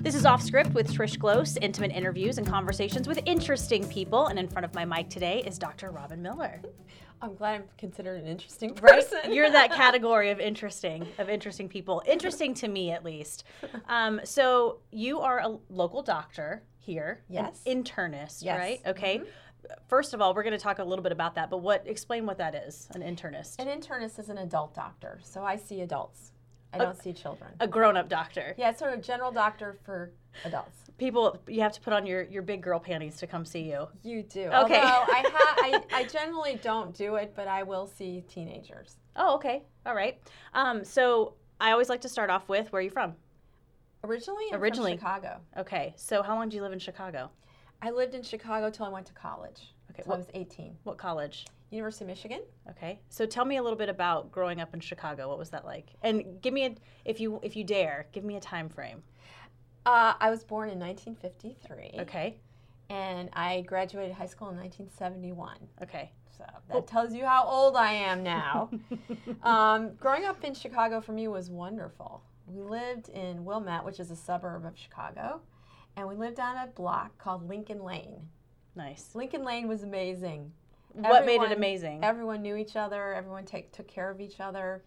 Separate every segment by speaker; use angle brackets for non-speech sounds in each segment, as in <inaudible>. Speaker 1: This is Off Script with Trish Glose, intimate interviews and conversations with interesting people. And in front of my mic today is Dr. Robin Miller.
Speaker 2: I'm glad I'm considered an interesting person.
Speaker 1: You're that category of interesting, of interesting people, interesting to me at least. Um, so you are a local doctor here, an
Speaker 2: Yes.
Speaker 1: internist,
Speaker 2: Yes. Mm-hmm.
Speaker 1: right? Okay. First of all, we're going to talk a little bit about that, but what? Explain what that is, an internist,
Speaker 2: <laughs> an internist is an adult doctor, so I see adults. I don't see children.
Speaker 1: a grown-up doctor.
Speaker 2: Yeah, it's sort of general doctor for adults.
Speaker 1: People, you have to put on your your big girl panties to come see you.
Speaker 2: You do. Okay.
Speaker 1: Okay.
Speaker 2: Although I, <laughs> ha- I, I generally don't do it, but I will see teenagers.
Speaker 1: Oh, okay, all right. Um, so I always like to start off with, where are you from?
Speaker 2: Originally, I'm
Speaker 1: Originally.
Speaker 2: from Chicago.
Speaker 1: Okay, so how long do you live in Chicago?
Speaker 2: I lived in Chicago till I went to college.
Speaker 1: Okay,
Speaker 2: till I
Speaker 1: what-
Speaker 2: was 18.
Speaker 1: What college?
Speaker 2: University of Michigan.
Speaker 1: Okay. So tell me a little bit about growing up in Chicago. What was that like? And give me a if you if you dare, give me a time frame.
Speaker 2: Uh, I was born in 1953,
Speaker 1: Okay.
Speaker 2: and I graduated high school in 1971.
Speaker 1: <laughs> Okay.
Speaker 2: So that tells you how old I am <laughs> now. um, growing up in Chicago for me was wonderful. We lived in Wilmette, which is a suburb of Chicago, and we lived on a block called Lincoln Lane.
Speaker 1: Nice.
Speaker 2: Lincoln Lane was amazing.
Speaker 1: what made it
Speaker 2: Everyone-
Speaker 1: amazing?
Speaker 2: Everyone knew each other, everyone take, took care of each other.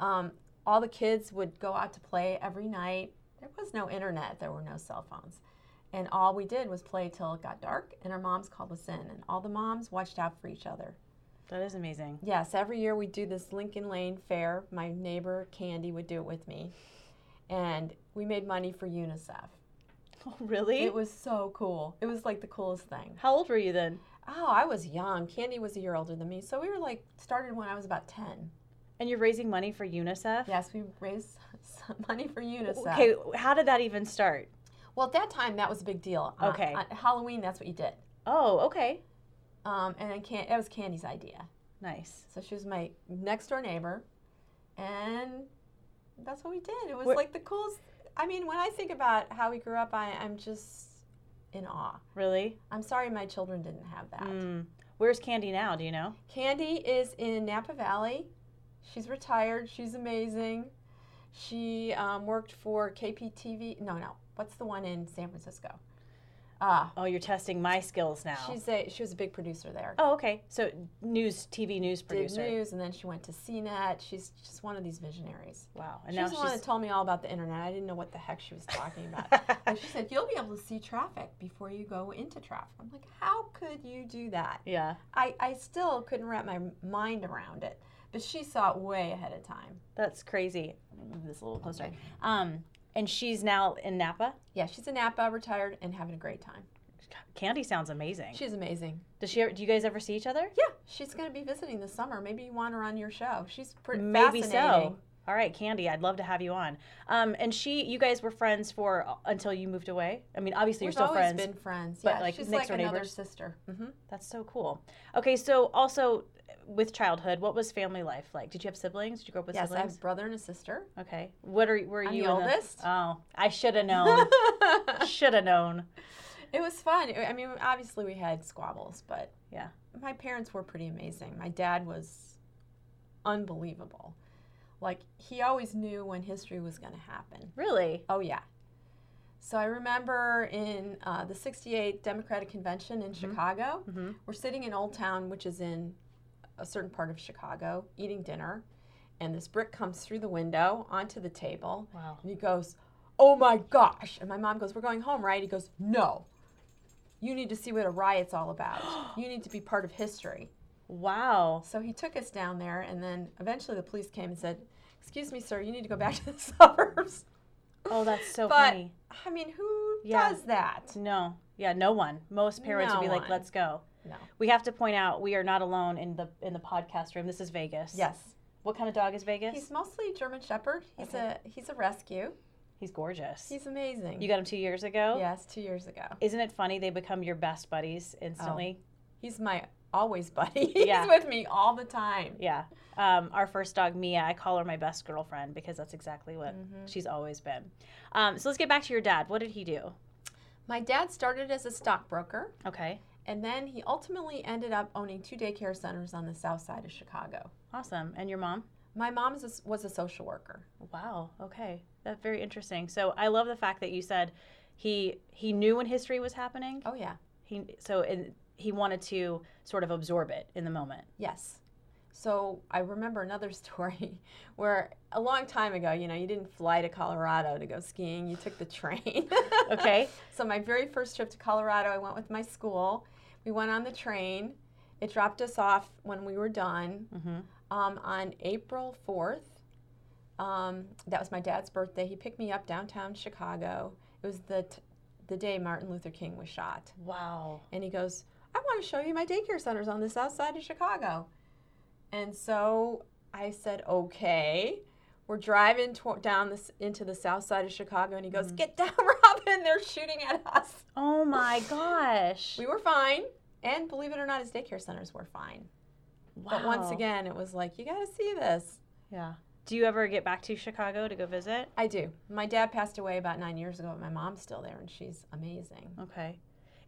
Speaker 2: Um, all the kids would go out to play every night. There was no internet, there were no cell phones. And all we did was play till it got dark, and our moms called us in, and all the moms watched out for each other.
Speaker 1: that is amazing.
Speaker 2: Yes, every year we do this Lincoln Lane Fair. My neighbor Candy would do it with me. And we made money for UNICEF.
Speaker 1: <laughs> Oh, really?
Speaker 2: It was so cool. It was like the coolest thing.
Speaker 1: how old were you then?
Speaker 2: Oh, I was young. Candy was a year older than me. So we were like started when I was about 10.
Speaker 1: And you're raising money for UNICEF?
Speaker 2: Yes, we raised <laughs> some money for UNICEF.
Speaker 1: Okay, how did that even start?
Speaker 2: Well, at that time that was a big deal. On-
Speaker 1: Okay.
Speaker 2: on Halloween that's what you did.
Speaker 1: Oh, okay.
Speaker 2: Um, and then Can- that was Candy's idea.
Speaker 1: Nice.
Speaker 2: So she was my next door neighbor, and that's what we did. It was
Speaker 1: Where-
Speaker 2: like the coolest. I mean, when I think about how we grew up, I, I'm just in awe.
Speaker 1: Really?
Speaker 2: I'm sorry my children didn't have that.
Speaker 1: Mm. Where's Candy now? Do you know?
Speaker 2: Candy is in Napa Valley. She's retired. She's amazing. She um, worked for KPTV. No, no. What's the one in San Francisco? Uh,
Speaker 1: Oh, you're testing my skills now.
Speaker 2: she's a she was a big producer there.
Speaker 1: oh, okay. So news, TV news producer.
Speaker 2: Did news, and then she went to CNET. She's just one of these visionaries.
Speaker 1: Wow. And
Speaker 2: She
Speaker 1: now
Speaker 2: was the one
Speaker 1: she's
Speaker 2: that told me all about the internet. I didn't know what the heck she was
Speaker 1: <laughs>
Speaker 2: talking about. and she said, You'll be able to see traffic before you go into traffic. I'm like, How could you do that?
Speaker 1: yeah.
Speaker 2: I, I still couldn't wrap my mind around it. But she saw it way ahead of time.
Speaker 1: That's crazy. Let me move this a little closer. Um, and she's now in Napa.
Speaker 2: Yeah, she's in Napa, retired, and having a great time.
Speaker 1: Candy sounds amazing.
Speaker 2: She's amazing.
Speaker 1: Does she? Ever, do you guys ever see each other?
Speaker 2: Yeah, she's going to be visiting this summer. Maybe you want her on your show. She's pretty
Speaker 1: Maybe so.
Speaker 2: fascinating.
Speaker 1: All right, Candy, I'd love to have you on. Um, and she, you guys were friends for uh, until you moved away. I mean, obviously
Speaker 2: We've
Speaker 1: you're still
Speaker 2: always
Speaker 1: friends.
Speaker 2: been friends.
Speaker 1: but,
Speaker 2: yeah,
Speaker 1: like,
Speaker 2: she's
Speaker 1: next
Speaker 2: like
Speaker 1: door
Speaker 2: another
Speaker 1: neighbors? Mm-hmm.
Speaker 2: sister. hmm
Speaker 1: That's so cool. Okay, so also with childhood, what was family life like? Did you have siblings? Did you grow up with
Speaker 2: Yes, I have
Speaker 1: siblings?
Speaker 2: a brother and a sister.
Speaker 1: Okay. What are were
Speaker 2: I'm
Speaker 1: you
Speaker 2: the
Speaker 1: in
Speaker 2: oldest.
Speaker 1: oh, I should have
Speaker 2: <laughs>
Speaker 1: known. should have known.
Speaker 2: It was fun. I I mean, obviously we had squabbles, but
Speaker 1: Yeah.
Speaker 2: my parents were pretty amazing. My dad was unbelievable. Like he always knew when history was going to happen.
Speaker 1: Really?
Speaker 2: Oh yeah. So I remember in uh, the '68 Democratic Convention in Chicago,
Speaker 1: Mhm.
Speaker 2: we're sitting in Old Town, which is in a certain part of Chicago, eating dinner, and this brick comes through the window onto the table,
Speaker 1: Wow.
Speaker 2: and he goes, Oh my gosh. And my mom goes, We're going home, right? He goes, No. You need to see what a riot's all about. <gasps> You need to be part of history.
Speaker 1: Wow.
Speaker 2: So he took us down there, and then eventually the police came and said, Excuse me, sir, you need to go back to the <laughs> suburbs.
Speaker 1: Oh, that's so
Speaker 2: but,
Speaker 1: funny.
Speaker 2: I mean, who
Speaker 1: Yeah.
Speaker 2: does that?
Speaker 1: No. Yeah, no one. Most parents would be
Speaker 2: No
Speaker 1: like,
Speaker 2: one.
Speaker 1: "Let's go."
Speaker 2: No.
Speaker 1: We have to point out we are not alone in the in the podcast room. This is Vegas.
Speaker 2: Yes.
Speaker 1: What kind of dog is Vegas?
Speaker 2: He's
Speaker 1: He's,
Speaker 2: mostly German Shepherd. He's a he's a rescue.
Speaker 1: gorgeous.
Speaker 2: He's amazing.
Speaker 1: you got him 2 years ago?
Speaker 2: yes, two years ago.
Speaker 1: Isn't it funny they become your best buddies instantly?
Speaker 2: He's my always <laughs> buddy. he's
Speaker 1: Yeah.
Speaker 2: with me all the time.
Speaker 1: Yeah. Um, our first dog, Mia, I call her my best girlfriend because that's exactly what
Speaker 2: Mm-hmm.
Speaker 1: she's always been. Um, so let's get back to your dad. What did he do?
Speaker 2: My dad started as a stockbroker.
Speaker 1: Okay.
Speaker 2: And then he ultimately ended up owning two daycare centers on the south side of Chicago.
Speaker 1: Awesome. And your mom?
Speaker 2: My mom is a- was a social worker.
Speaker 1: Wow. Okay. That's very interesting. So I love the fact that you said He he knew when history was happening.
Speaker 2: Oh yeah.
Speaker 1: He so and he wanted to sort of absorb it in the moment.
Speaker 2: Yes. So I remember another <laughs> story where a long time ago, you know, you didn't fly to Colorado to go skiing, you took the train. <laughs>
Speaker 1: <laughs> Okay.
Speaker 2: so my very first trip to Colorado, I went with my school. We went on the train. It dropped us off when we were done
Speaker 1: hmm
Speaker 2: um, on April 4th. Um, that was my dad's birthday. He picked me up downtown Chicago. It was the, t- the day Martin Luther King was shot
Speaker 1: Wow.
Speaker 2: and he goes, I want to show you my daycare centers on the south side of Chicago. And so I said, okay. We're driving to- down this into the south side of Chicago, and he goes, "Get down, <laughs> Robin! They're shooting at us."
Speaker 1: Oh my gosh.
Speaker 2: We were fine, and believe it or not, his daycare centers were fine.
Speaker 1: wow.
Speaker 2: But once again, it was like, "You got to see this."
Speaker 1: Yeah. Do you ever get back to Chicago to go visit?
Speaker 2: I do. My dad passed away about nine years ago, but my mom's still there, and she's amazing.
Speaker 1: Okay.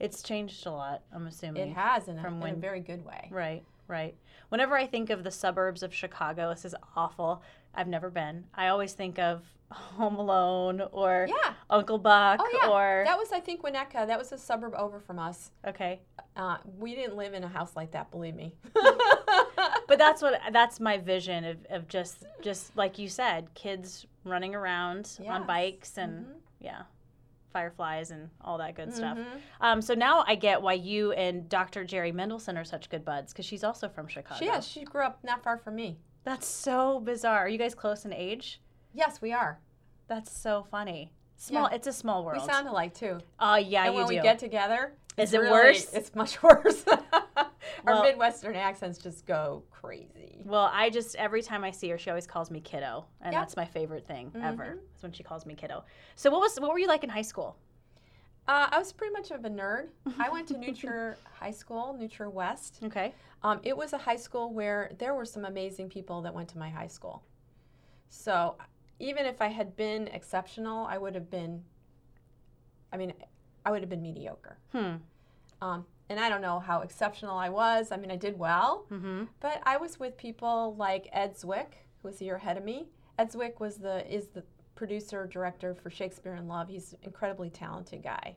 Speaker 1: It's changed a lot, I'm
Speaker 2: It
Speaker 1: assuming.
Speaker 2: has in a,
Speaker 1: Mm-hmm. From
Speaker 2: in a
Speaker 1: when-
Speaker 2: very good way.
Speaker 1: Right, right. Whenever I think of the suburbs of Chicago, this is awful. I've never been. I always think of Home Alone or
Speaker 2: Yeah.
Speaker 1: Uncle Buck
Speaker 2: Oh yeah.
Speaker 1: or
Speaker 2: that was, I think, Winnetka. That was a suburb over from us.
Speaker 1: okay.
Speaker 2: Uh, we didn't live in a house like that, believe me. <laughs>
Speaker 1: But that's what that's my vision of, of just just like you said, kids running around on
Speaker 2: Yes. Mm-hmm.
Speaker 1: bikes and yeah, fireflies and all that good stuff.
Speaker 2: Mhm.
Speaker 1: Um, so now I get why you and Dr. Jerry Mendelson are such good buds because she's also from Chicago.
Speaker 2: She, yeah, she grew up not far from me.
Speaker 1: That's so bizarre. Are you guys close in age?
Speaker 2: Yes, we are.
Speaker 1: That's so funny. Small.
Speaker 2: Yeah.
Speaker 1: It's a small world.
Speaker 2: We sound alike too.
Speaker 1: oh yeah,
Speaker 2: and
Speaker 1: you
Speaker 2: when
Speaker 1: do.
Speaker 2: we get together,
Speaker 1: Is
Speaker 2: it's
Speaker 1: it
Speaker 2: really-
Speaker 1: worse?
Speaker 2: It's much <laughs> worse.
Speaker 1: Well-
Speaker 2: Our Midwestern accents just go crazy.
Speaker 1: well, I just every time I see her, she always calls me kiddo, and
Speaker 2: Yeah. Mm-hmm.
Speaker 1: that's my favorite thing ever. Is when she calls me kiddo. So what was what were you like in high school?
Speaker 2: Uh, I was pretty much of a nerd. I went to Nutri High School, Nutri West.
Speaker 1: Okay.
Speaker 2: Um, it was a high school where there were some amazing people that went to my high school. So even if I had been exceptional, I would have been, I mean, I would have been mediocre.
Speaker 1: Hmm.
Speaker 2: Um, and I don't know how exceptional I was. I mean, I did well,
Speaker 1: Mm-hmm.
Speaker 2: but I was with people like Ed Zwick, who was a year ahead of me. Ed Zwick was the is the producer director for Shakespeare in Love. He's an incredibly talented guy.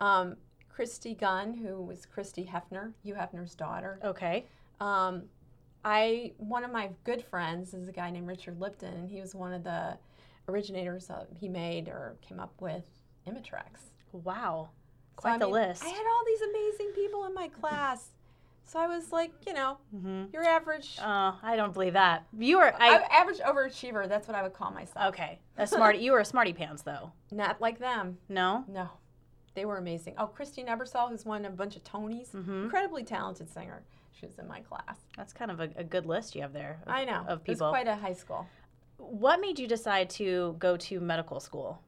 Speaker 2: Um, Christy Gunn, who was Christy Hefner, Hugh Hefner's daughter,
Speaker 1: Okay.
Speaker 2: um, I one of my good friends is a guy named Richard Lipton, and he was one of the originators of, he made or came up with Imitrex.
Speaker 1: Wow.
Speaker 2: So,
Speaker 1: Quite
Speaker 2: I
Speaker 1: the
Speaker 2: mean,
Speaker 1: list.
Speaker 2: I had all these amazing people in my class, so I was like, you know,
Speaker 1: mm-hmm.
Speaker 2: your average,
Speaker 1: Oh, I don't believe that. You were
Speaker 2: I,
Speaker 1: I.
Speaker 2: average overachiever. That's what I would call myself.
Speaker 1: okay. A smart. you were a smarty pants though.
Speaker 2: Not like them.
Speaker 1: No.
Speaker 2: No, they were amazing. Oh, Christine Ebersol, who's won a bunch of Tonys,
Speaker 1: Mm-hmm.
Speaker 2: incredibly talented singer. She was in my class.
Speaker 1: That's kind of a, a good list you have there. of-
Speaker 2: I know.
Speaker 1: Of
Speaker 2: It was
Speaker 1: people.
Speaker 2: quite a high school.
Speaker 1: What made you decide to go to medical school?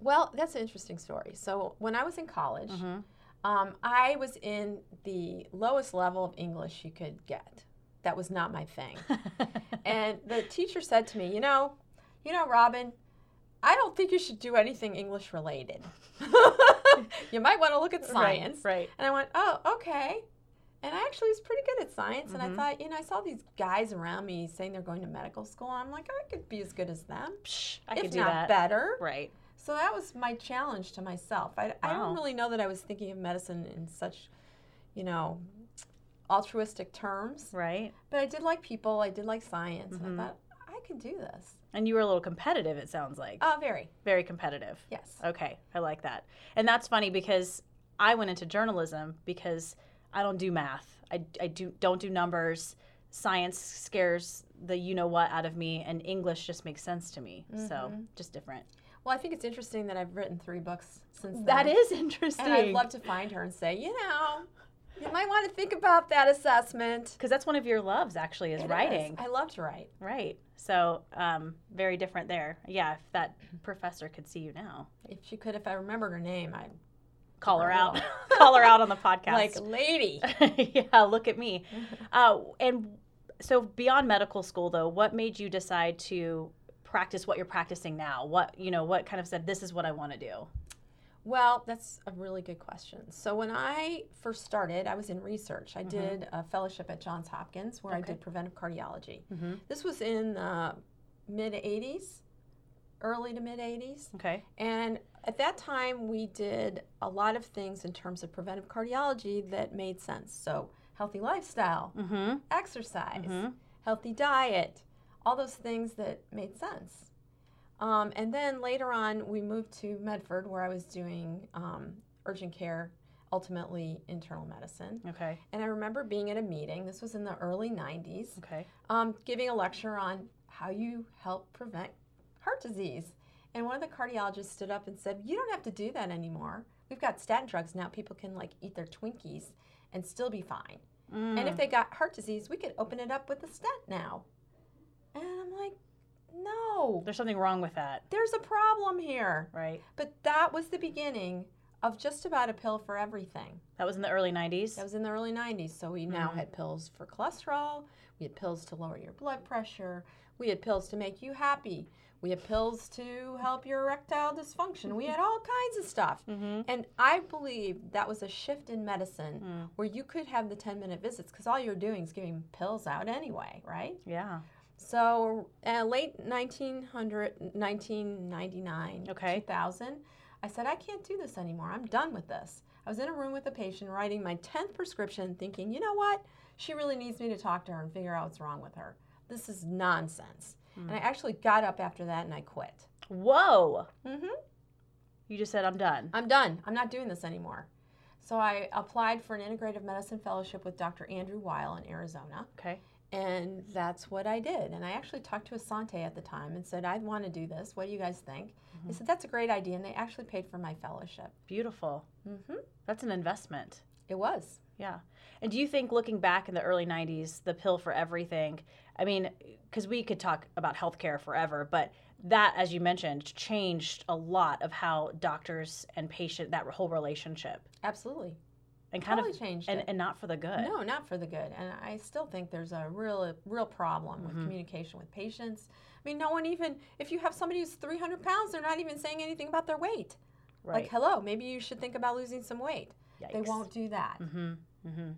Speaker 2: Well, that's an interesting story. So when I was in college,
Speaker 1: Mhm.
Speaker 2: um, I was in the lowest level of English you could get. That was not my <laughs> thing. and the teacher said to me, "You know, you know, Robin, I don't think you should do anything English related. <laughs> you might want to look at science."
Speaker 1: Right.
Speaker 2: And I went, "Oh, okay." And I actually was pretty good at science,
Speaker 1: Mm-hmm.
Speaker 2: and I thought, you know, I saw these guys around me saying they're going to medical school. I'm like, I could be as good as them,
Speaker 1: Psh, I
Speaker 2: if
Speaker 1: could do
Speaker 2: not
Speaker 1: that.
Speaker 2: better.
Speaker 1: Right.
Speaker 2: So that was my challenge to myself. I, I
Speaker 1: Wow.
Speaker 2: don't really know that I was thinking of medicine in such, you know, altruistic terms,
Speaker 1: Right. Mm-hmm.
Speaker 2: but I did like people, I did like science, and I thought, I can do this.
Speaker 1: And you were a little competitive, it sounds like.
Speaker 2: Oh, very.
Speaker 1: Very competitive.
Speaker 2: Yes.
Speaker 1: Okay. I like that. And that's funny because I went into journalism because I don't do math. I, I do, don't do numbers. Science scares the you know what out of me, and English just makes sense to me. So
Speaker 2: Mm-hmm.
Speaker 1: just different.
Speaker 2: Well, I think it's interesting that I've written three books since then.
Speaker 1: That is interesting.
Speaker 2: <laughs> And I'd love to find her and say, you know, you might want to think about that assessment.
Speaker 1: because that's one of your loves actually is
Speaker 2: It is.
Speaker 1: writing.
Speaker 2: I love to write.
Speaker 1: Right. So um, very different there. Yeah. If that professor could see you now,
Speaker 2: If she could, if I remembered her name, I'd
Speaker 1: call her
Speaker 2: Very
Speaker 1: out. <laughs>
Speaker 2: well.
Speaker 1: call her out on the podcast.
Speaker 2: like, lady.
Speaker 1: <laughs> yeah, look at me. Uh, and so beyond medical school, though, what made you decide to practice what you're practicing now? What you know, what kind of said this is what I want to do?
Speaker 2: Well, that's a really good question. So when I first started, I was in research. I did a fellowship at Johns Hopkins where I
Speaker 1: Mm-hmm. Okay. Mm-hmm.
Speaker 2: did preventive cardiology.
Speaker 1: Mhm.
Speaker 2: This was in the mid 80s, uh, early to mid 80s.
Speaker 1: Okay.
Speaker 2: And at that time, we did a lot of things in terms of preventive cardiology that made sense. So, healthy lifestyle,
Speaker 1: Mm-hmm.
Speaker 2: exercise,
Speaker 1: Mhm.
Speaker 2: healthy diet, all those things that made sense. Um, and then later on, we moved to Medford, where I was doing um, urgent care, ultimately internal medicine.
Speaker 1: Okay.
Speaker 2: And I remember being at a meeting, this was in the early 90s,
Speaker 1: Okay.
Speaker 2: um, giving a lecture on how you help prevent heart disease. And one of the cardiologists stood up and said, You don't have to do that anymore. We've got statin drugs now. People can like eat their Twinkies and still be fine.
Speaker 1: Hmm. Mm.
Speaker 2: And if they got heart disease, we could open it up with a stent now. And I'm like, No,
Speaker 1: There's something wrong with that,
Speaker 2: there's a problem here.
Speaker 1: right?
Speaker 2: But that was the beginning of just about a pill for everything.
Speaker 1: That was in the early 90s.
Speaker 2: That was in the early 90s. So we now had pills for cholesterol. We had pills to lower your blood pressure. We had pills to make you happy. We had pills to help your erectile dysfunction. We had all kinds of stuff.
Speaker 1: mm-hmm.
Speaker 2: And I believe that was a shift in medicine where you could have the 10 minute visits because all you're doing is giving pills out anyway, right?
Speaker 1: yeah.
Speaker 2: So, uh, late 1900, 1999,
Speaker 1: Okay.
Speaker 2: 2000, I said, I can't do this anymore. I'm done with this. I was in a room with a patient writing my 10th prescription, thinking, you know what? She really needs me to talk to her and figure out what's wrong with her. This is nonsense. And I actually got up after that and I quit.
Speaker 1: Whoa.
Speaker 2: hmm
Speaker 1: You just said I'm done.
Speaker 2: I'm done. I'm not doing this anymore. So, I applied for an integrative medicine fellowship with Dr. Andrew Weil in Arizona.
Speaker 1: Okay.
Speaker 2: And that's what I did. And I actually talked to Asante at the time and said, I want to do this. What do you guys think?
Speaker 1: Mm-hmm.
Speaker 2: They said, That's a great idea. And they actually paid for my fellowship.
Speaker 1: Beautiful.
Speaker 2: hmm
Speaker 1: That's an investment.
Speaker 2: It was.
Speaker 1: Yeah. And do you think looking back in the early 90s, the pill for everything, I mean, because we could talk about healthcare forever, but that, as you mentioned, changed a lot of how doctors and patient, that whole relationship,
Speaker 2: Absolutely.
Speaker 1: and kind
Speaker 2: totally
Speaker 1: of,
Speaker 2: changed
Speaker 1: and,
Speaker 2: it.
Speaker 1: and not for the good.
Speaker 2: no, not for the good. And I still think there's a real, real problem with
Speaker 1: Mhm.
Speaker 2: communication with patients. I mean, no one even, if you have somebody who's 300 pounds, they're not even saying anything about their weight.
Speaker 1: Right.
Speaker 2: Like, hello, maybe you should think about losing some weight. They
Speaker 1: Yikes.
Speaker 2: won't do that.
Speaker 1: hmm hmm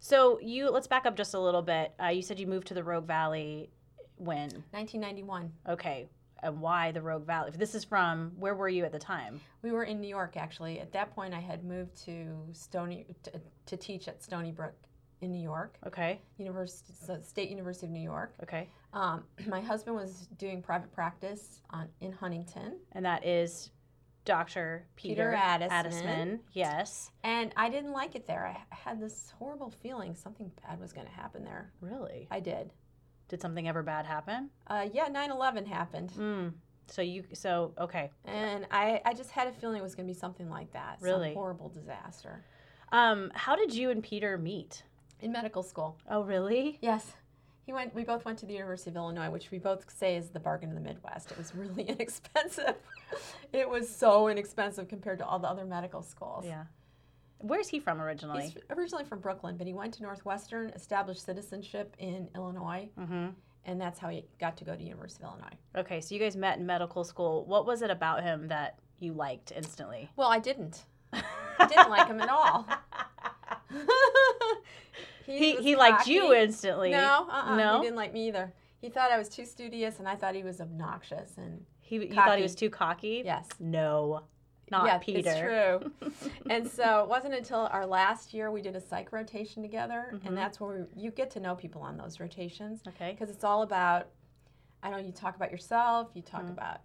Speaker 1: So you, let's back up just a little bit. Uh, you said you moved to the Rogue Valley when?
Speaker 2: 1991.
Speaker 1: Okay. And why the Rogue Valley? If this is from, where were you at the time?
Speaker 2: We were in New York, actually. At that point, I had moved to Stony to, to teach at Stony Brook in New York,
Speaker 1: Okay.
Speaker 2: University, so State University of New York.
Speaker 1: Okay.
Speaker 2: Um, <clears throat> my husband was doing private practice on, in Huntington,
Speaker 1: and that is Dr. Peter,
Speaker 2: Peter Addisman.
Speaker 1: Yes.
Speaker 2: and I didn't like it there. I h- had this horrible feeling something bad was going to happen there.
Speaker 1: Really?
Speaker 2: I did.
Speaker 1: Did something ever bad happen?
Speaker 2: Uh, yeah, 9/11 happened,
Speaker 1: Mm. So you so okay.
Speaker 2: and I, I just had a feeling it was going to be something like that. some
Speaker 1: Really?
Speaker 2: horrible disaster
Speaker 1: Um how did you and Peter meet?
Speaker 2: in medical school.
Speaker 1: Oh, really?
Speaker 2: Yes. He went we both went to the University of Illinois, which we both say is the bargain of the Midwest. It was really <laughs> inexpensive. it was so inexpensive compared to all the other medical schools.
Speaker 1: Yeah. Where's he from originally?
Speaker 2: He's originally from Brooklyn, but he went to Northwestern, established citizenship in Illinois,
Speaker 1: mm-hmm.
Speaker 2: and that's how he got to go to University of Illinois.
Speaker 1: Okay, so you guys met in medical school. What was it about him that you liked instantly?
Speaker 2: Well, I <laughs> didn't. I didn't like him
Speaker 1: <laughs>
Speaker 2: at all.
Speaker 1: He,
Speaker 2: was
Speaker 1: he liked you
Speaker 2: cocky.
Speaker 1: instantly.
Speaker 2: No, uh-uh,
Speaker 1: No?
Speaker 2: he didn't like me either. He thought I was too studious, and I thought he was obnoxious, and
Speaker 1: He, you thought
Speaker 2: Cocky.
Speaker 1: he was too cocky?
Speaker 2: yes.
Speaker 1: No. Not
Speaker 2: yeah,
Speaker 1: Peter.
Speaker 2: It's true. and so it wasn't until our last year we did a psych rotation together,
Speaker 1: Mm-hmm.
Speaker 2: and that's where we, you get to know people on those rotations
Speaker 1: <laughs> Okay.
Speaker 2: because it's all about. I know you talk about yourself. You talk
Speaker 1: Mm-hmm.
Speaker 2: about.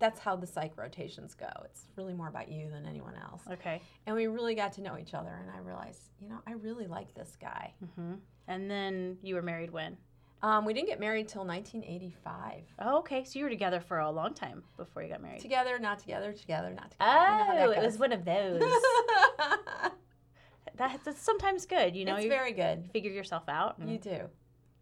Speaker 2: That's how the psych rotations go. It's really more about you than anyone else.
Speaker 1: Okay.
Speaker 2: And we really got to know each other, and I realized, you know, I really like this guy.
Speaker 1: hmm And then you were married when?
Speaker 2: Um, we didn't get married till 1985.
Speaker 1: Oh, okay. So you were together for a long time before you got married.
Speaker 2: Together, not together, together, not together. You know how
Speaker 1: Oh,
Speaker 2: that
Speaker 1: it was
Speaker 2: goes.
Speaker 1: one of
Speaker 2: <laughs>
Speaker 1: those. <laughs> that, that's sometimes good. You Mm-hmm. know,
Speaker 2: it's
Speaker 1: you
Speaker 2: very good.
Speaker 1: figure yourself out. And,
Speaker 2: You do.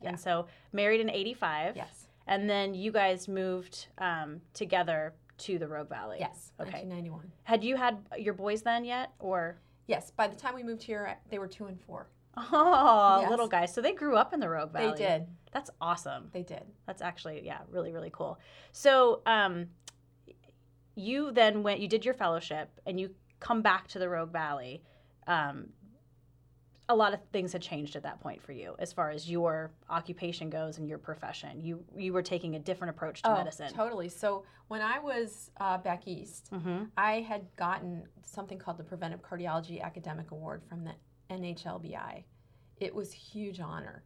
Speaker 2: yeah.
Speaker 1: and so married in 85.
Speaker 2: Yes.
Speaker 1: And then you guys moved um, together to the Rogue Valley.
Speaker 2: Yes.
Speaker 1: Okay.
Speaker 2: 1991.
Speaker 1: Had you had your boys then yet?
Speaker 2: <laughs>
Speaker 1: Or,
Speaker 2: Yes. By the time we moved here, they were two and four.
Speaker 1: oh,
Speaker 2: Yes.
Speaker 1: little guys. So they grew up in the Rogue Valley.
Speaker 2: They did.
Speaker 1: That's awesome.
Speaker 2: They did.
Speaker 1: That's actually, yeah, really, really cool. So, um, you then went, you did your fellowship, and you come back to the Rogue Valley. Um, a lot of things had changed at that point for you as far as your occupation goes and your profession. You you were taking a different approach to Oh, medicine.
Speaker 2: Oh, Totally. So when I was uh, back east,
Speaker 1: Mm-hmm.
Speaker 2: I had gotten something called the Preventive Cardiology Academic Award from the NHLBI. It was a huge honor.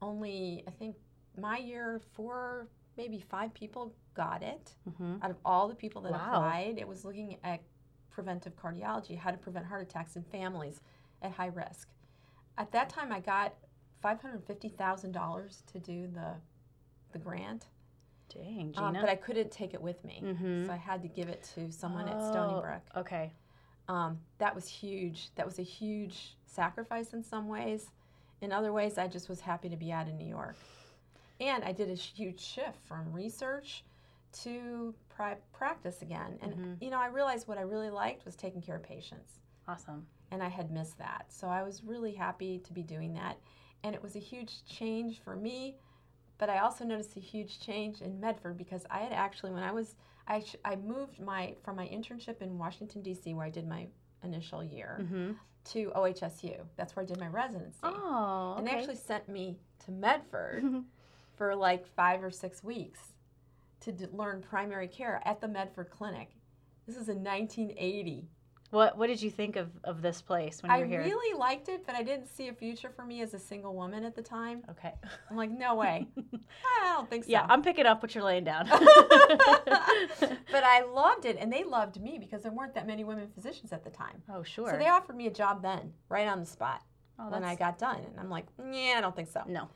Speaker 2: Only I think my year, four maybe five people got it
Speaker 1: Mm-hmm.
Speaker 2: out of all the people that
Speaker 1: Wow.
Speaker 2: applied. It was looking at preventive cardiology, how to prevent heart attacks in families at high risk. At that time, I got five hundred fifty thousand dollars to do the the grant,
Speaker 1: Dang,
Speaker 2: um,
Speaker 1: Gina.
Speaker 2: but I couldn't take it with me,
Speaker 1: Mhm.
Speaker 2: so I had to give it to someone at Stony
Speaker 1: Oh.
Speaker 2: Brook
Speaker 1: okay.
Speaker 2: um, that was huge. That was a huge sacrifice in some ways. In other ways, I just was happy to be out in New York. And I did a sh- huge shift from research to pri- practice again. And, you know, I realized what I really liked was taking care of patients.
Speaker 1: Awesome.
Speaker 2: And I had missed that. So I was really happy to be doing that. And it was a huge change for me. But I also noticed a huge change in Medford because I had actually, when I was, I, sh- I moved my from my internship in Washington, D.C., where I did my initial year,
Speaker 1: Mm-hmm.
Speaker 2: to OHSU. That's where I did my residency.
Speaker 1: Oh,
Speaker 2: And they
Speaker 1: okay. Mm-hmm.
Speaker 2: actually sent me to Medford for like five or six weeks to d- learn primary care at the Medford Clinic. This is in 1980.
Speaker 1: <laughs> what what did you think of, of this place when you
Speaker 2: I
Speaker 1: were here?
Speaker 2: really liked it, but I didn't see a future for me as a single woman at the time.
Speaker 1: Okay.
Speaker 2: I'm
Speaker 1: <laughs>
Speaker 2: like, no way. I don't think so. <laughs>
Speaker 1: Yeah, I'm picking up what you're laying down.
Speaker 2: but I loved it, and they loved me because there weren't that many women physicians at the time.
Speaker 1: <laughs> oh, sure.
Speaker 2: So they offered me a job then, right on the spot
Speaker 1: oh,
Speaker 2: when I
Speaker 1: that's-
Speaker 2: got done. And I'm like, yeah, I don't think so.
Speaker 1: no.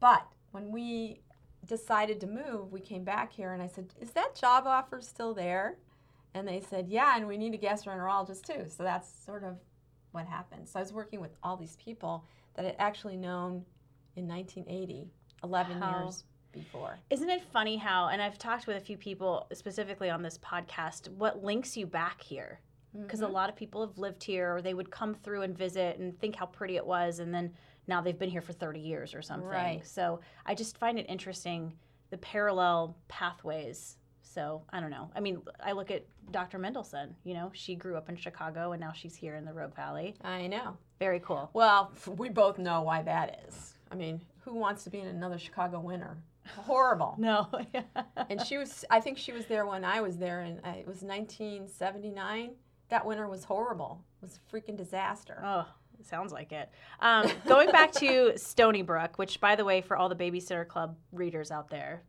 Speaker 2: But when we decided to move, we came back here and I said, Is that job offer still there? And they said, Yeah, and we need a gastroenterologist too. So that's sort of what happened. So I was working with all these people that I'd actually known in 1980, 11
Speaker 1: How-
Speaker 2: years before.
Speaker 1: Isn't it funny how, and I've talked with a few people specifically on this podcast, what links you back here? Because
Speaker 2: Mm-hmm.
Speaker 1: a lot of people have lived here or they would come through and visit and think how pretty it was, and then now they've been here for 30 years or something.
Speaker 2: Right.
Speaker 1: So I just find it interesting the parallel pathways. So I don't know. I mean, I look at Dr. Mendelson, you know, she grew up in Chicago and now she's here in the Rogue Valley.
Speaker 2: I know.
Speaker 1: Very cool.
Speaker 2: Well, <laughs> we both know why that is. I mean, who wants to be in another Chicago winter? Horrible.
Speaker 1: No. <laughs>
Speaker 2: and she was i think she was there when i was there and I, it was 1979 that winter was horrible it was a freaking disaster
Speaker 1: Oh, sounds like it. Um, going back to Stony Brook, which, by the way, for all the Babysitter Club readers out there,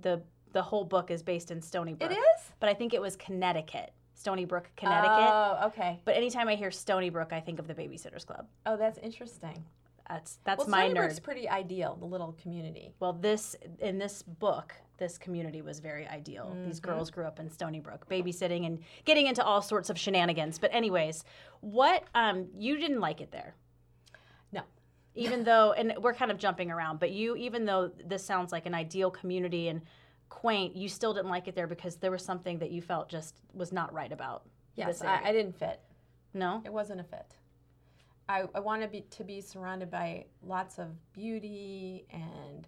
Speaker 1: the the whole book is based in Stony Brook.
Speaker 2: it is
Speaker 1: But I think it was Connecticut, Stony Brook, Connecticut.
Speaker 2: oh okay
Speaker 1: but anytime I hear Stony Brook, I think of the Babysitters Club.
Speaker 2: oh that's interesting
Speaker 1: That's that's
Speaker 2: well
Speaker 1: my
Speaker 2: Stony
Speaker 1: nerd.
Speaker 2: Brook's pretty ideal the little community
Speaker 1: Well, this in this book, this community was very ideal. These
Speaker 2: Mm-hmm.
Speaker 1: girls grew up in Stony Brook, babysitting and getting into all sorts of shenanigans. But anyways, what um, you didn't like it there?
Speaker 2: No. <laughs>
Speaker 1: Even though, and we're kind of jumping around, but you, even though this sounds like an ideal community and quaint, you still didn't like it there because there was something that you felt just was not right about.
Speaker 2: yes
Speaker 1: This area.
Speaker 2: I, I didn't fit
Speaker 1: No.
Speaker 2: it wasn't a fit i, I wanted be, to be surrounded by lots of beauty and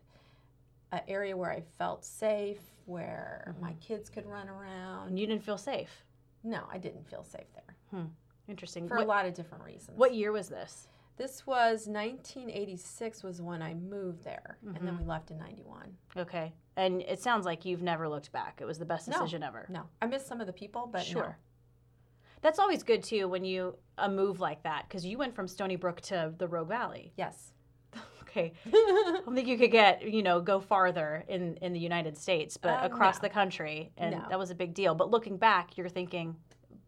Speaker 2: an area where i felt safe where my kids could run
Speaker 1: And
Speaker 2: around
Speaker 1: Mm-hmm. you didn't feel safe.
Speaker 2: no i didn't feel safe there
Speaker 1: Interesting.
Speaker 2: for a
Speaker 1: What,
Speaker 2: lot of different reasons
Speaker 1: what year was this?
Speaker 2: This was 1986 was when I moved there, and then we left in 91.
Speaker 1: Okay. And it sounds like you've never looked back. It was the best
Speaker 2: No.
Speaker 1: decision ever.
Speaker 2: No, I missed some of the people, but sure.
Speaker 1: Sure. That's always good too when you a move like that because you went from Stony Brook to the Rogue Valley. <laughs>
Speaker 2: yes,
Speaker 1: Okay, I don't think you could get you know go farther in in the United States, but
Speaker 2: Uh,
Speaker 1: across the
Speaker 2: no.
Speaker 1: country, and
Speaker 2: No.
Speaker 1: that was a big deal. But looking back, you're thinking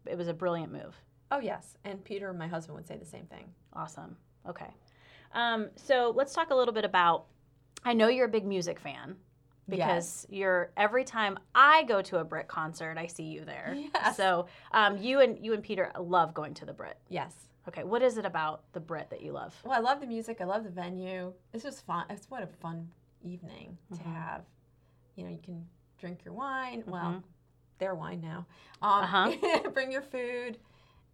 Speaker 1: it was a brilliant move.
Speaker 2: oh yes, and Peter, my husband, would say the same thing.
Speaker 1: Awesome. Okay, um, so let's talk a little bit about. I know you're a big music fan because you're every time I go to a Brit concert, I see you there.
Speaker 2: Yes.
Speaker 1: So um, you and you and Peter love going to the Brit.
Speaker 2: Yes,
Speaker 1: Okay, what is it about the Brit that you love?
Speaker 2: well, I love the music. I love the venue. It's just fun. It's what a fun evening to have. You know, you can drink your wine. Well, their wine now. Um,
Speaker 1: Uh-huh.
Speaker 2: <laughs> bring your food,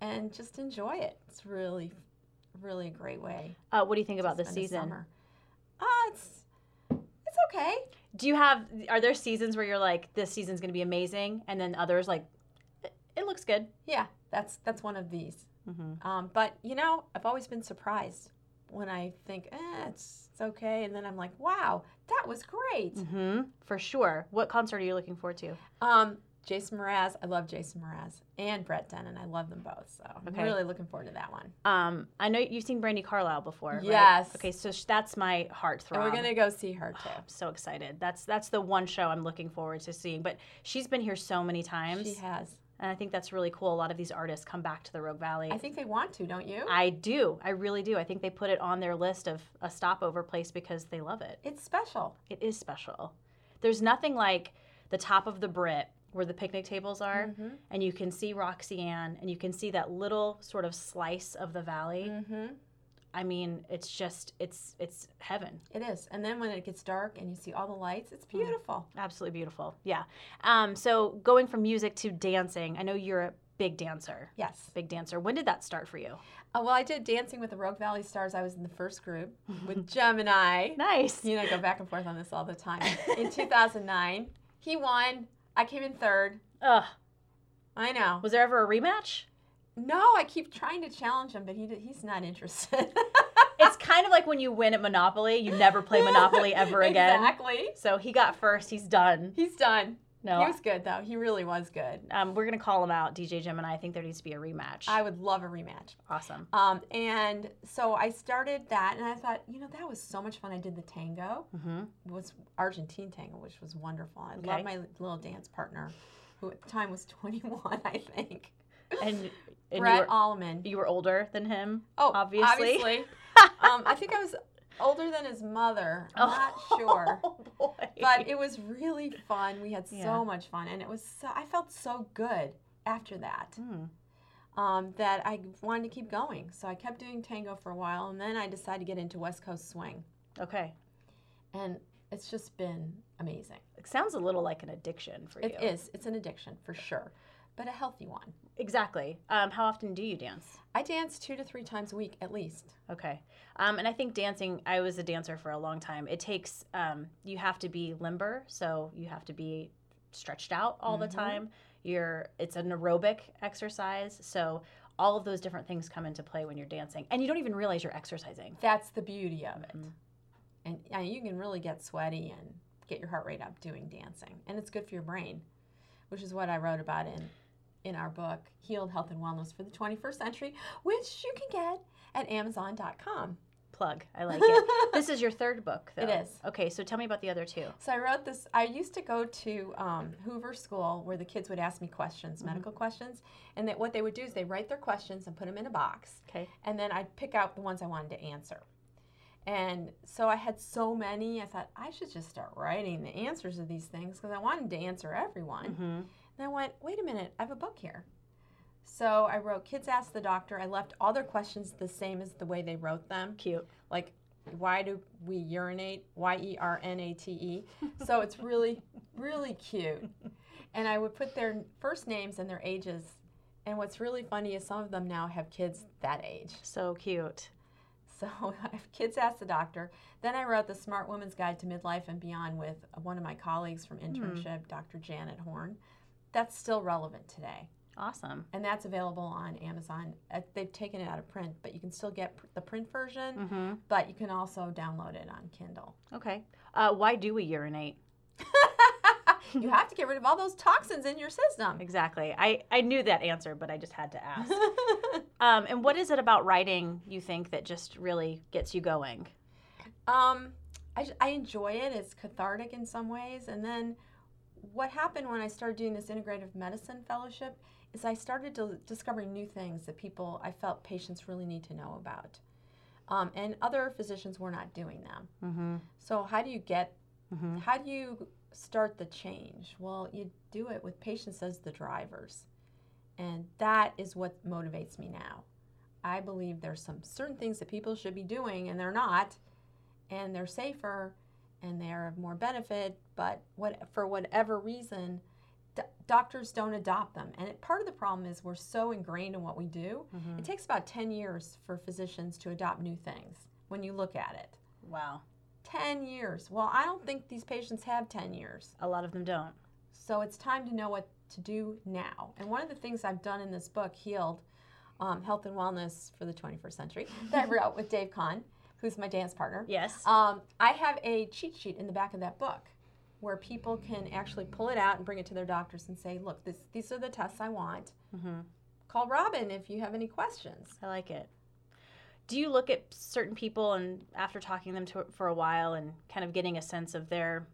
Speaker 2: and just enjoy it. It's really, really a great way.
Speaker 1: Uh, what do you think about
Speaker 2: to
Speaker 1: this
Speaker 2: spend a
Speaker 1: season?
Speaker 2: summer. Uh, it's it's okay.
Speaker 1: Do you have are there seasons where you're like this season's going to be amazing and then others like "It- it looks good?
Speaker 2: Yeah, that's that's one of these.
Speaker 1: Mhm.
Speaker 2: Um, but you know, I've always been surprised when I think, eh, it's, it's okay. And then I'm like, wow, that was great.
Speaker 1: hmm For sure. What concert are you looking forward to?
Speaker 2: Um, Jason Mraz, I love Jason Mraz and Brett Denon. I love them both. So
Speaker 1: Okay.
Speaker 2: I'm really looking forward to that one.
Speaker 1: Um, I know you've seen Brandy Carlisle before. right?
Speaker 2: Yes.
Speaker 1: Okay, so sh- that's my heart
Speaker 2: And
Speaker 1: throb.
Speaker 2: we're going to go see her <sighs>
Speaker 1: I'm
Speaker 2: too.
Speaker 1: so excited. That's that's the one show I'm looking forward to seeing. But she's been here so many times,
Speaker 2: She has.
Speaker 1: and I think that's really cool. A lot of these artists come back to the Rogue Valley.
Speaker 2: I think they want to, don't you?
Speaker 1: I do. I really do. I think they put it on their list of a stopover place because they love it.
Speaker 2: It's special.
Speaker 1: It is special. There's nothing like the top of the Brit where the picnic tables are,
Speaker 2: Mm-hmm.
Speaker 1: and you can see Roxanne, and you can see that little sort of slice of the valley.
Speaker 2: Mm-hmm.
Speaker 1: I mean, it's just it's it's heaven.
Speaker 2: It is. And then when it gets dark and you see all the lights, it's beautiful.
Speaker 1: Absolutely beautiful. Yeah. Um, so going from music to dancing, I know you're a big dancer.
Speaker 2: Yes.
Speaker 1: Big dancer. When did that start for you?
Speaker 2: Uh, well, I did Dancing with the Rogue Valley Stars. I was in the first group
Speaker 1: <laughs>
Speaker 2: with Gemini.
Speaker 1: Nice.
Speaker 2: You know, I go back and forth on this all
Speaker 1: <laughs>
Speaker 2: the time. In 2009, he won. I came in third.
Speaker 1: Ugh.
Speaker 2: I know.
Speaker 1: Was there ever a rematch?
Speaker 2: No, I keep trying to challenge him, but he d- he's not interested.
Speaker 1: It's kind of like when you win at Monopoly, you never play
Speaker 2: <laughs>
Speaker 1: Monopoly ever again.
Speaker 2: Exactly.
Speaker 1: So he got first. He's done.
Speaker 2: He's done.
Speaker 1: No,
Speaker 2: He was good though. He really was good.
Speaker 1: um, we're gonna call him out, DJ Gemini. I think there needs to be a rematch.
Speaker 2: I would love a rematch.
Speaker 1: awesome.
Speaker 2: Um, and so I started that, and I thought, you know, that was so much fun. I did the tango, <laughs>
Speaker 1: Mhm.
Speaker 2: it was Argentine tango, which was wonderful. I
Speaker 1: Okay.
Speaker 2: love my little dance partner, who at the time was <laughs> 21, I think.
Speaker 1: And, and you,
Speaker 2: Brett
Speaker 1: were,
Speaker 2: Allman.
Speaker 1: you were older than him.
Speaker 2: Oh,
Speaker 1: obviously. <laughs>
Speaker 2: obviously. um, I think I was older than his mother. I'm not sure.
Speaker 1: Oh <laughs> boy.
Speaker 2: But it was really fun. We had
Speaker 1: Yeah.
Speaker 2: so much fun, and it was so, I felt so good after that
Speaker 1: Hmm.
Speaker 2: um, that I wanted to keep going. So I kept doing tango for a while, and then I decided to get into West Coast swing,
Speaker 1: okay.
Speaker 2: and it's just been amazing.
Speaker 1: It sounds a little like an addiction for
Speaker 2: It
Speaker 1: you.
Speaker 2: is. It's an addiction for sure, but a healthy one.
Speaker 1: Exactly. Um, how often do you dance?
Speaker 2: I dance two to three times a week at least.
Speaker 1: Okay. Um, and I think dancing, I was a dancer for a long time. It takes, um, you have to be limber, so you have to be stretched out all
Speaker 2: Mm-hmm.
Speaker 1: the time. You're, it's an aerobic exercise, so all of those different things come into play when you're dancing, and you don't even realize you're exercising.
Speaker 2: That's the beauty of it, and yeah, you can really get sweaty and get your heart rate up doing dancing, and it's good for your brain, which is what I wrote about in in our book Healed Health and Wellness for the 21st Century, which you can get at Amazon.com.
Speaker 1: Plug. I like it.
Speaker 2: <laughs>
Speaker 1: this is your third book, though.
Speaker 2: It is.
Speaker 1: Okay, so tell me about the other two.
Speaker 2: So I wrote this. I used to go to um, Hoover School where the kids would ask me questions,
Speaker 1: Mm-hmm.
Speaker 2: medical questions, and that what they would do is they write their questions and put them in a box,
Speaker 1: Okay.
Speaker 2: and then I'd pick out the ones I wanted to answer. And so I had so many. I thought I should just start writing the answers of these things because I wanted to answer everyone.
Speaker 1: hmm
Speaker 2: And I went, wait a minute, I have a book here. So I wrote, kids ask the doctor. I left all their questions the same as the way they wrote them
Speaker 1: Cute.
Speaker 2: like why do we urinate y e r n a t e so it's really really cute and i would put their first names and their ages and what's really funny is some of them now have kids that age
Speaker 1: So cute.
Speaker 2: <laughs> so if kids ask the doctor then i wrote the smart woman's guide to midlife and beyond with one of my colleagues from internship dr janet horn that's still relevant today
Speaker 1: Awesome.
Speaker 2: and that's available on amazon Uh, they've taken it out of print but you can still get pr- the print version
Speaker 1: hmm
Speaker 2: but you can also download it on Kindle. <laughs>
Speaker 1: Okay. Uh, why do we urinate?
Speaker 2: you have to get rid of all those toxins in your system.
Speaker 1: Exactly. I, I knew that answer, but I just had to ask.
Speaker 2: <laughs>
Speaker 1: Um, and what is it about writing you think that just really gets you going?
Speaker 2: um, I, j- I enjoy it. It's cathartic in some ways. And then what happened when I started doing this integrative medicine fellowship is I started to discovering new things that people I felt patients really need to know about. Um, and other physicians were not doing them.
Speaker 1: Mm-hmm.
Speaker 2: So how do you get
Speaker 1: Mhm.
Speaker 2: how do you start the change? Well, you do it with patients as the drivers. And that is what motivates me now. I believe there's some certain things that people should be doing and they're not and they're safer and they're of more benefit, but what for whatever reason d- doctors don't adopt them. And it, part of the problem is we're so ingrained in what we do. It takes about 10 years for physicians to adopt new things when you look at it.
Speaker 1: Wow.
Speaker 2: 10 years. Well, I don't think these patients have 10 years.
Speaker 1: A lot of them don't.
Speaker 2: So it's time to know what to do now. And one of the things I've done in this book, Healed um, Health and Wellness for the 21st Century, that I wrote with Dave Kahn, who's my dance partner.
Speaker 1: Yes.
Speaker 2: Um, I have a cheat sheet in the back of that book where people can actually pull it out and bring it to their doctors and say, look, this, these are the tests I want.
Speaker 1: hmm
Speaker 2: Call Robin if you have any questions.
Speaker 1: I like it. Do you look at certain people and after talking to them to, for a while and kind of getting a sense of their,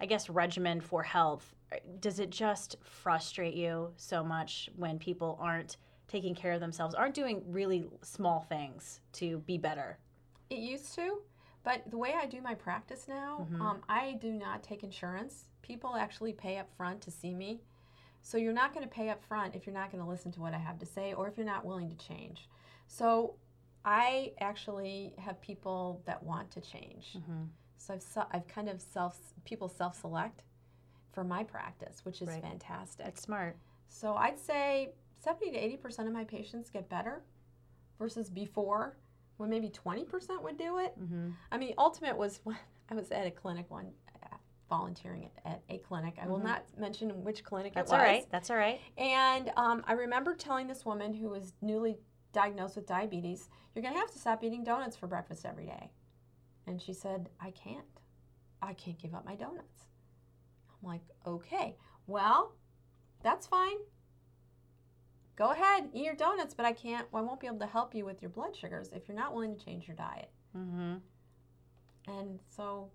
Speaker 1: I guess, regimen for health? Does it just frustrate you so much when people aren't taking care of themselves, aren't doing really small things to be better?
Speaker 2: It used to, but the way I do my practice now,
Speaker 1: Mhm.
Speaker 2: um, I do not take insurance. People actually pay up front to see me. So you're not going to pay up front if you're not going to listen to what I have to say or if you're not willing to change. So I actually have people that want to change.
Speaker 1: Mm-hmm.
Speaker 2: So I've, se- I've kind of self people self select for my practice, which is
Speaker 1: Right.
Speaker 2: fantastic.
Speaker 1: That's smart.
Speaker 2: So I'd say 70 to 80% of my patients get better versus before when maybe 20% would do it.
Speaker 1: Mm-hmm.
Speaker 2: I mean, ultimate was when <laughs> I was at a clinic one, uh, volunteering at, at a clinic. I will
Speaker 1: Mhm.
Speaker 2: not mention which clinic
Speaker 1: That's
Speaker 2: it was.
Speaker 1: all right. That's all right.
Speaker 2: And um, I remember telling this woman who was newly diagnosed with diabetes, "You're going to have to stop eating donuts for breakfast every day." And she said, "I can't. I can't give up my donuts." I'm like, "Okay, well, that's fine. Go ahead, eat your donuts, but I can't. I won't be able to help you with your blood sugars if you're not willing to change your diet."
Speaker 1: Mm-hmm.
Speaker 2: And so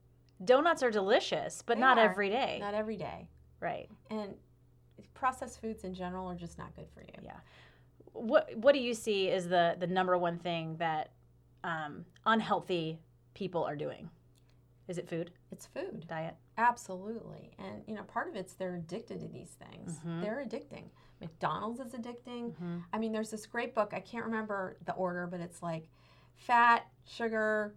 Speaker 1: Donuts are delicious, but
Speaker 2: They
Speaker 1: not
Speaker 2: are.
Speaker 1: every day.
Speaker 2: Not every day.
Speaker 1: right.
Speaker 2: And processed foods in general are just not good for you.
Speaker 1: what what do you see as the the number one thing that um, unhealthy people are doing? Is it food
Speaker 2: It's food.
Speaker 1: diet?
Speaker 2: Absolutely. And, you know, part of it's they're addicted to these things.
Speaker 1: Mhm.
Speaker 2: They're addicting. McDonald's is addicting.
Speaker 1: Mhm.
Speaker 2: I mean, there's this great book. I can't remember the order, but it's like fat, sugar,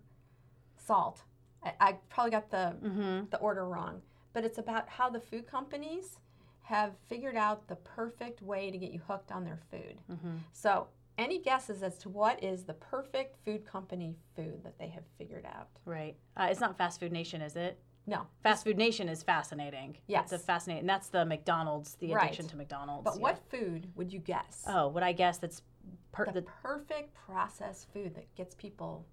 Speaker 2: salt. I, I probably got the
Speaker 1: Mm-hmm.
Speaker 2: the order wrong, but it's about how the food companies have figured out the perfect way to get you hooked on their food.
Speaker 1: Mhm.
Speaker 2: So, any guesses as to what is the perfect food company food that they have figured out?
Speaker 1: Right. Uh, it's not fast food nation, is it?
Speaker 2: No.
Speaker 1: Fast food nation is fascinating. It's
Speaker 2: Yes.
Speaker 1: a fascinating. and That's the McDonald's, the
Speaker 2: Right.
Speaker 1: addiction to McDonald's.
Speaker 2: But
Speaker 1: yeah.
Speaker 2: what food would you guess?
Speaker 1: Oh, what I guess that's per-
Speaker 2: Uh, the
Speaker 1: the
Speaker 2: perfect processed food that gets people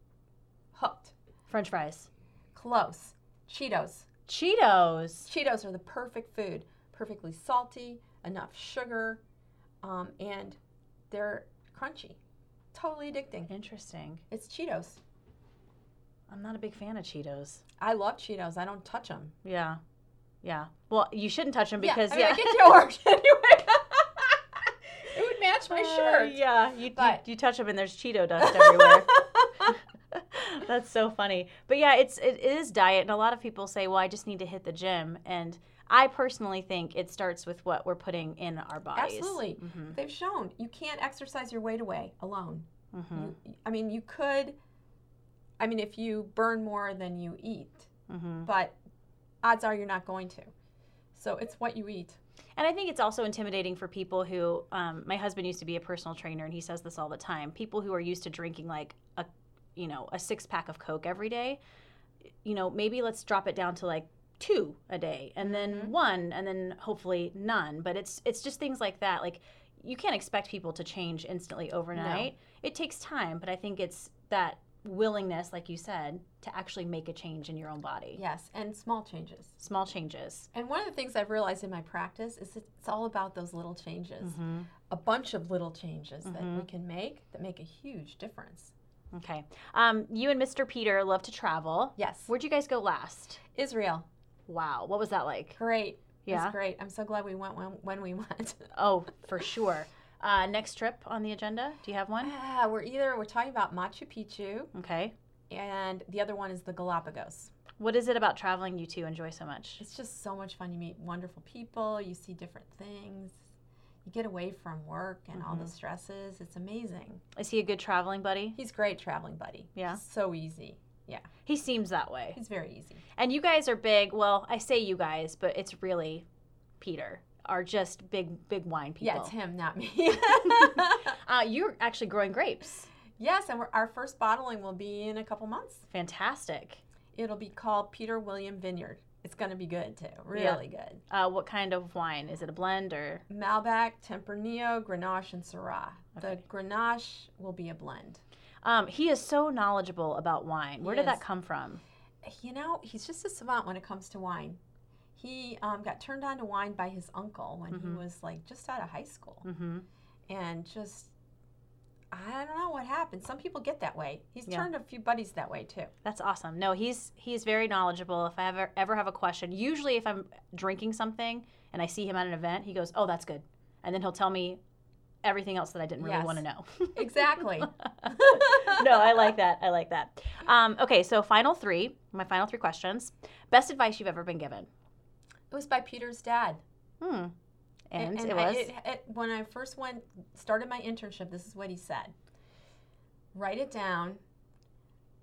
Speaker 2: hooked.
Speaker 1: French fries,
Speaker 2: Close. Cheetos.
Speaker 1: Cheetos.
Speaker 2: Cheetos are the perfect food. Perfectly salty, enough sugar, um, and they're crunchy. Totally addicting.
Speaker 1: Interesting.
Speaker 2: It's Cheetos.
Speaker 1: I'm not a big fan of Cheetos.
Speaker 2: I love Cheetos. I don't touch them
Speaker 1: Yeah. Yeah. Well, you shouldn't touch them because
Speaker 2: I
Speaker 1: yeah.
Speaker 2: mean, I get
Speaker 1: <laughs>
Speaker 2: to work anyway. <laughs> it would match my
Speaker 1: Uh,
Speaker 2: shirt.
Speaker 1: yeah, you,
Speaker 2: But-
Speaker 1: you you touch them and there's Cheeto dust everywhere. <laughs>
Speaker 2: <laughs>
Speaker 1: That's so funny. But yeah, it's it is diet, and a lot of people say, "Well, I just need to hit the gym." And I personally think it starts with what we're putting in our bodies.
Speaker 2: Absolutely.
Speaker 1: Mhm,
Speaker 2: They've shown you can't exercise your weight away alone.
Speaker 1: mhm,
Speaker 2: You, I mean, you could. I mean, if you burn more than you eat,
Speaker 1: mhm.
Speaker 2: but odds are you're not going to. So it's what you eat.
Speaker 1: And I think it's also intimidating for people who. Um, my husband used to be a personal trainer, and he says this all the time. People who are used to drinking like a, you know, a six pack of Coke every day, you know, maybe let's drop it down to like two a day, and then
Speaker 2: Mhm.
Speaker 1: one, and then hopefully none. But it's it's just things like that. Like you can't expect people to change instantly overnight. It takes time, but I think it's that willingness, like you said, to actually make a change in your own body.
Speaker 2: Yes, and small changes.
Speaker 1: Small changes.
Speaker 2: And one of the things I've realized in my practice is it's all about those little changes. A bunch of little changes that we can make that make a huge difference.
Speaker 1: Okay. Um, you and Mr. Peter love to travel.
Speaker 2: Yes.
Speaker 1: Where'd you guys go last?
Speaker 2: Israel.
Speaker 1: Wow, what was that like?
Speaker 2: Great. It's
Speaker 1: Yeah.
Speaker 2: great. I'm so glad we went when, when we <laughs> went.
Speaker 1: Oh, for sure. Uh, next trip on the agenda? Do you have one?
Speaker 2: Ah, we're either we're talking about Machu Picchu
Speaker 1: Okay.
Speaker 2: and the other one is the Galapagos.
Speaker 1: What is it about traveling you two enjoy so much?
Speaker 2: It's just so much fun. You meet wonderful people, you see different things. You get away from work and all the
Speaker 1: Mm-hmm.
Speaker 2: stresses. It's amazing.
Speaker 1: Is he a good traveling buddy?
Speaker 2: He's great traveling buddy.
Speaker 1: Yeah.
Speaker 2: So easy. Yeah.
Speaker 1: He seems that way.
Speaker 2: He's very easy.
Speaker 1: And you guys are big, well, I say you guys, but it's really Peter, are just big, big wine people.
Speaker 2: Yeah, it's him, not
Speaker 1: <laughs>
Speaker 2: me. <laughs>
Speaker 1: Uh, you're actually growing grapes.
Speaker 2: yes, and we're, our first bottling will be in a couple months.
Speaker 1: Fantastic.
Speaker 2: It'll be called Peter William Vineyard. It's going to be good too. Really good.
Speaker 1: Uh, what kind of wine? Is it a blend or?
Speaker 2: Malbec, Tempranillo, Grenache, and Syrah. The
Speaker 1: Okay.
Speaker 2: Grenache will be a blend.
Speaker 1: Um, he is so knowledgeable about wine. Where
Speaker 2: He
Speaker 1: did that
Speaker 2: is.
Speaker 1: come from?
Speaker 2: You know, he's just a savant when it comes to wine. He um, got turned on to wine by his uncle when he was like just out of high school,
Speaker 1: Mm-hmm.
Speaker 2: and just I don't know what happened. Some people get that way. He's
Speaker 1: Yeah.
Speaker 2: turned a few buddies that
Speaker 1: <laughs>
Speaker 2: way too.
Speaker 1: That's awesome. No, he's he's very knowledgeable. If I ever ever have a question, usually if I'm drinking something and I see him at an event, he goes, "Oh, that's good," and then he'll tell me everything else that I didn't really
Speaker 2: Yes.
Speaker 1: want to know.
Speaker 2: <laughs>
Speaker 1: <laughs>
Speaker 2: Exactly.
Speaker 1: no, I like that. I like that. Um, okay, so final three, my final three questions. Best advice you've ever been given?
Speaker 2: <laughs> It was by Peter's dad.
Speaker 1: Hmm. And, it
Speaker 2: I-
Speaker 1: was.
Speaker 2: it- it- when I first went started my internship. This is what he said: write it down,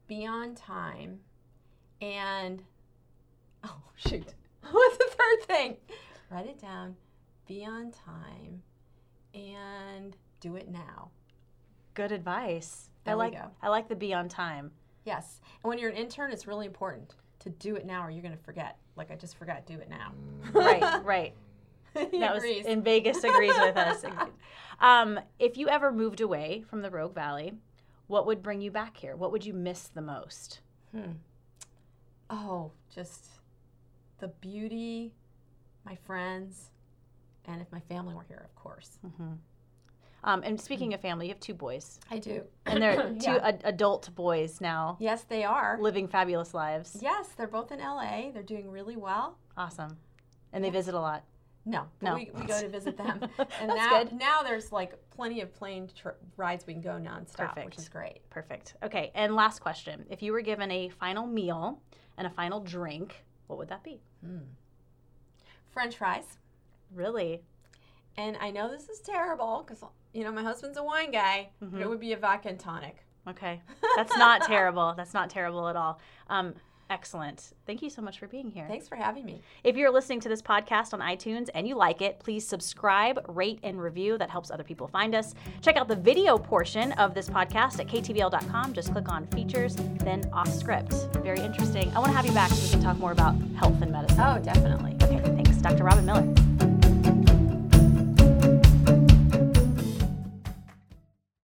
Speaker 2: be on time, and <laughs> oh shoot, <laughs> what's the third thing? Write it down, be on time, and do it now.
Speaker 1: Good advice. I
Speaker 2: There we
Speaker 1: like.
Speaker 2: go.
Speaker 1: I like the be on
Speaker 2: <laughs>
Speaker 1: time.
Speaker 2: Yes, and when you're an intern, it's really important to do it now, or you're going to forget. Like I just forgot, do it now.
Speaker 1: Right. Right.
Speaker 2: <laughs> He
Speaker 1: that was
Speaker 2: agrees.
Speaker 1: in Vegas agrees with
Speaker 2: <laughs>
Speaker 1: us. Um, if you ever moved away from the Rogue Valley, what would bring you back here? What would you miss the most?
Speaker 2: Hmm. Oh, just the beauty, my friends, and if my family were here, of course.
Speaker 1: Um, and speaking of family, you have two
Speaker 2: <clears throat>
Speaker 1: boys,
Speaker 2: I do. <coughs>
Speaker 1: and they're two uh,
Speaker 2: Yeah.
Speaker 1: ad- adult boys now,
Speaker 2: Yes, they are.
Speaker 1: living fabulous lives.
Speaker 2: Yes, they're both in LA. They're doing really well.
Speaker 1: Awesome, and they visit a lot.
Speaker 2: No, but
Speaker 1: No.
Speaker 2: We, we go to visit
Speaker 1: <laughs>
Speaker 2: them. And
Speaker 1: That's
Speaker 2: now,
Speaker 1: good.
Speaker 2: now there's like plenty of plane tri- rides we can go nonstop,
Speaker 1: Perfect.
Speaker 2: which is great.
Speaker 1: Perfect. Okay, and last question: If you were given a final meal and a final drink, what would that be?
Speaker 2: Hmm. French fries.
Speaker 1: Really?
Speaker 2: And I know this is terrible because, you know, my husband's a wine guy,
Speaker 1: Mm-hmm.
Speaker 2: but it would be a vodka and tonic.
Speaker 1: Okay, that's not <laughs> terrible. That's not terrible at all. Um, excellent. Thank you so much for being here.
Speaker 2: Thanks for having me.
Speaker 1: If you're listening to this podcast on iTunes and you like it, please subscribe, rate, and review. That helps other people find us. Check out the video portion of this podcast at ktbl.com. Just click on features, then off script. Very interesting. I want to have you back so we can talk more about health and medicine.
Speaker 2: Oh, definitely.
Speaker 1: Okay, thanks. Dr. Robin Miller.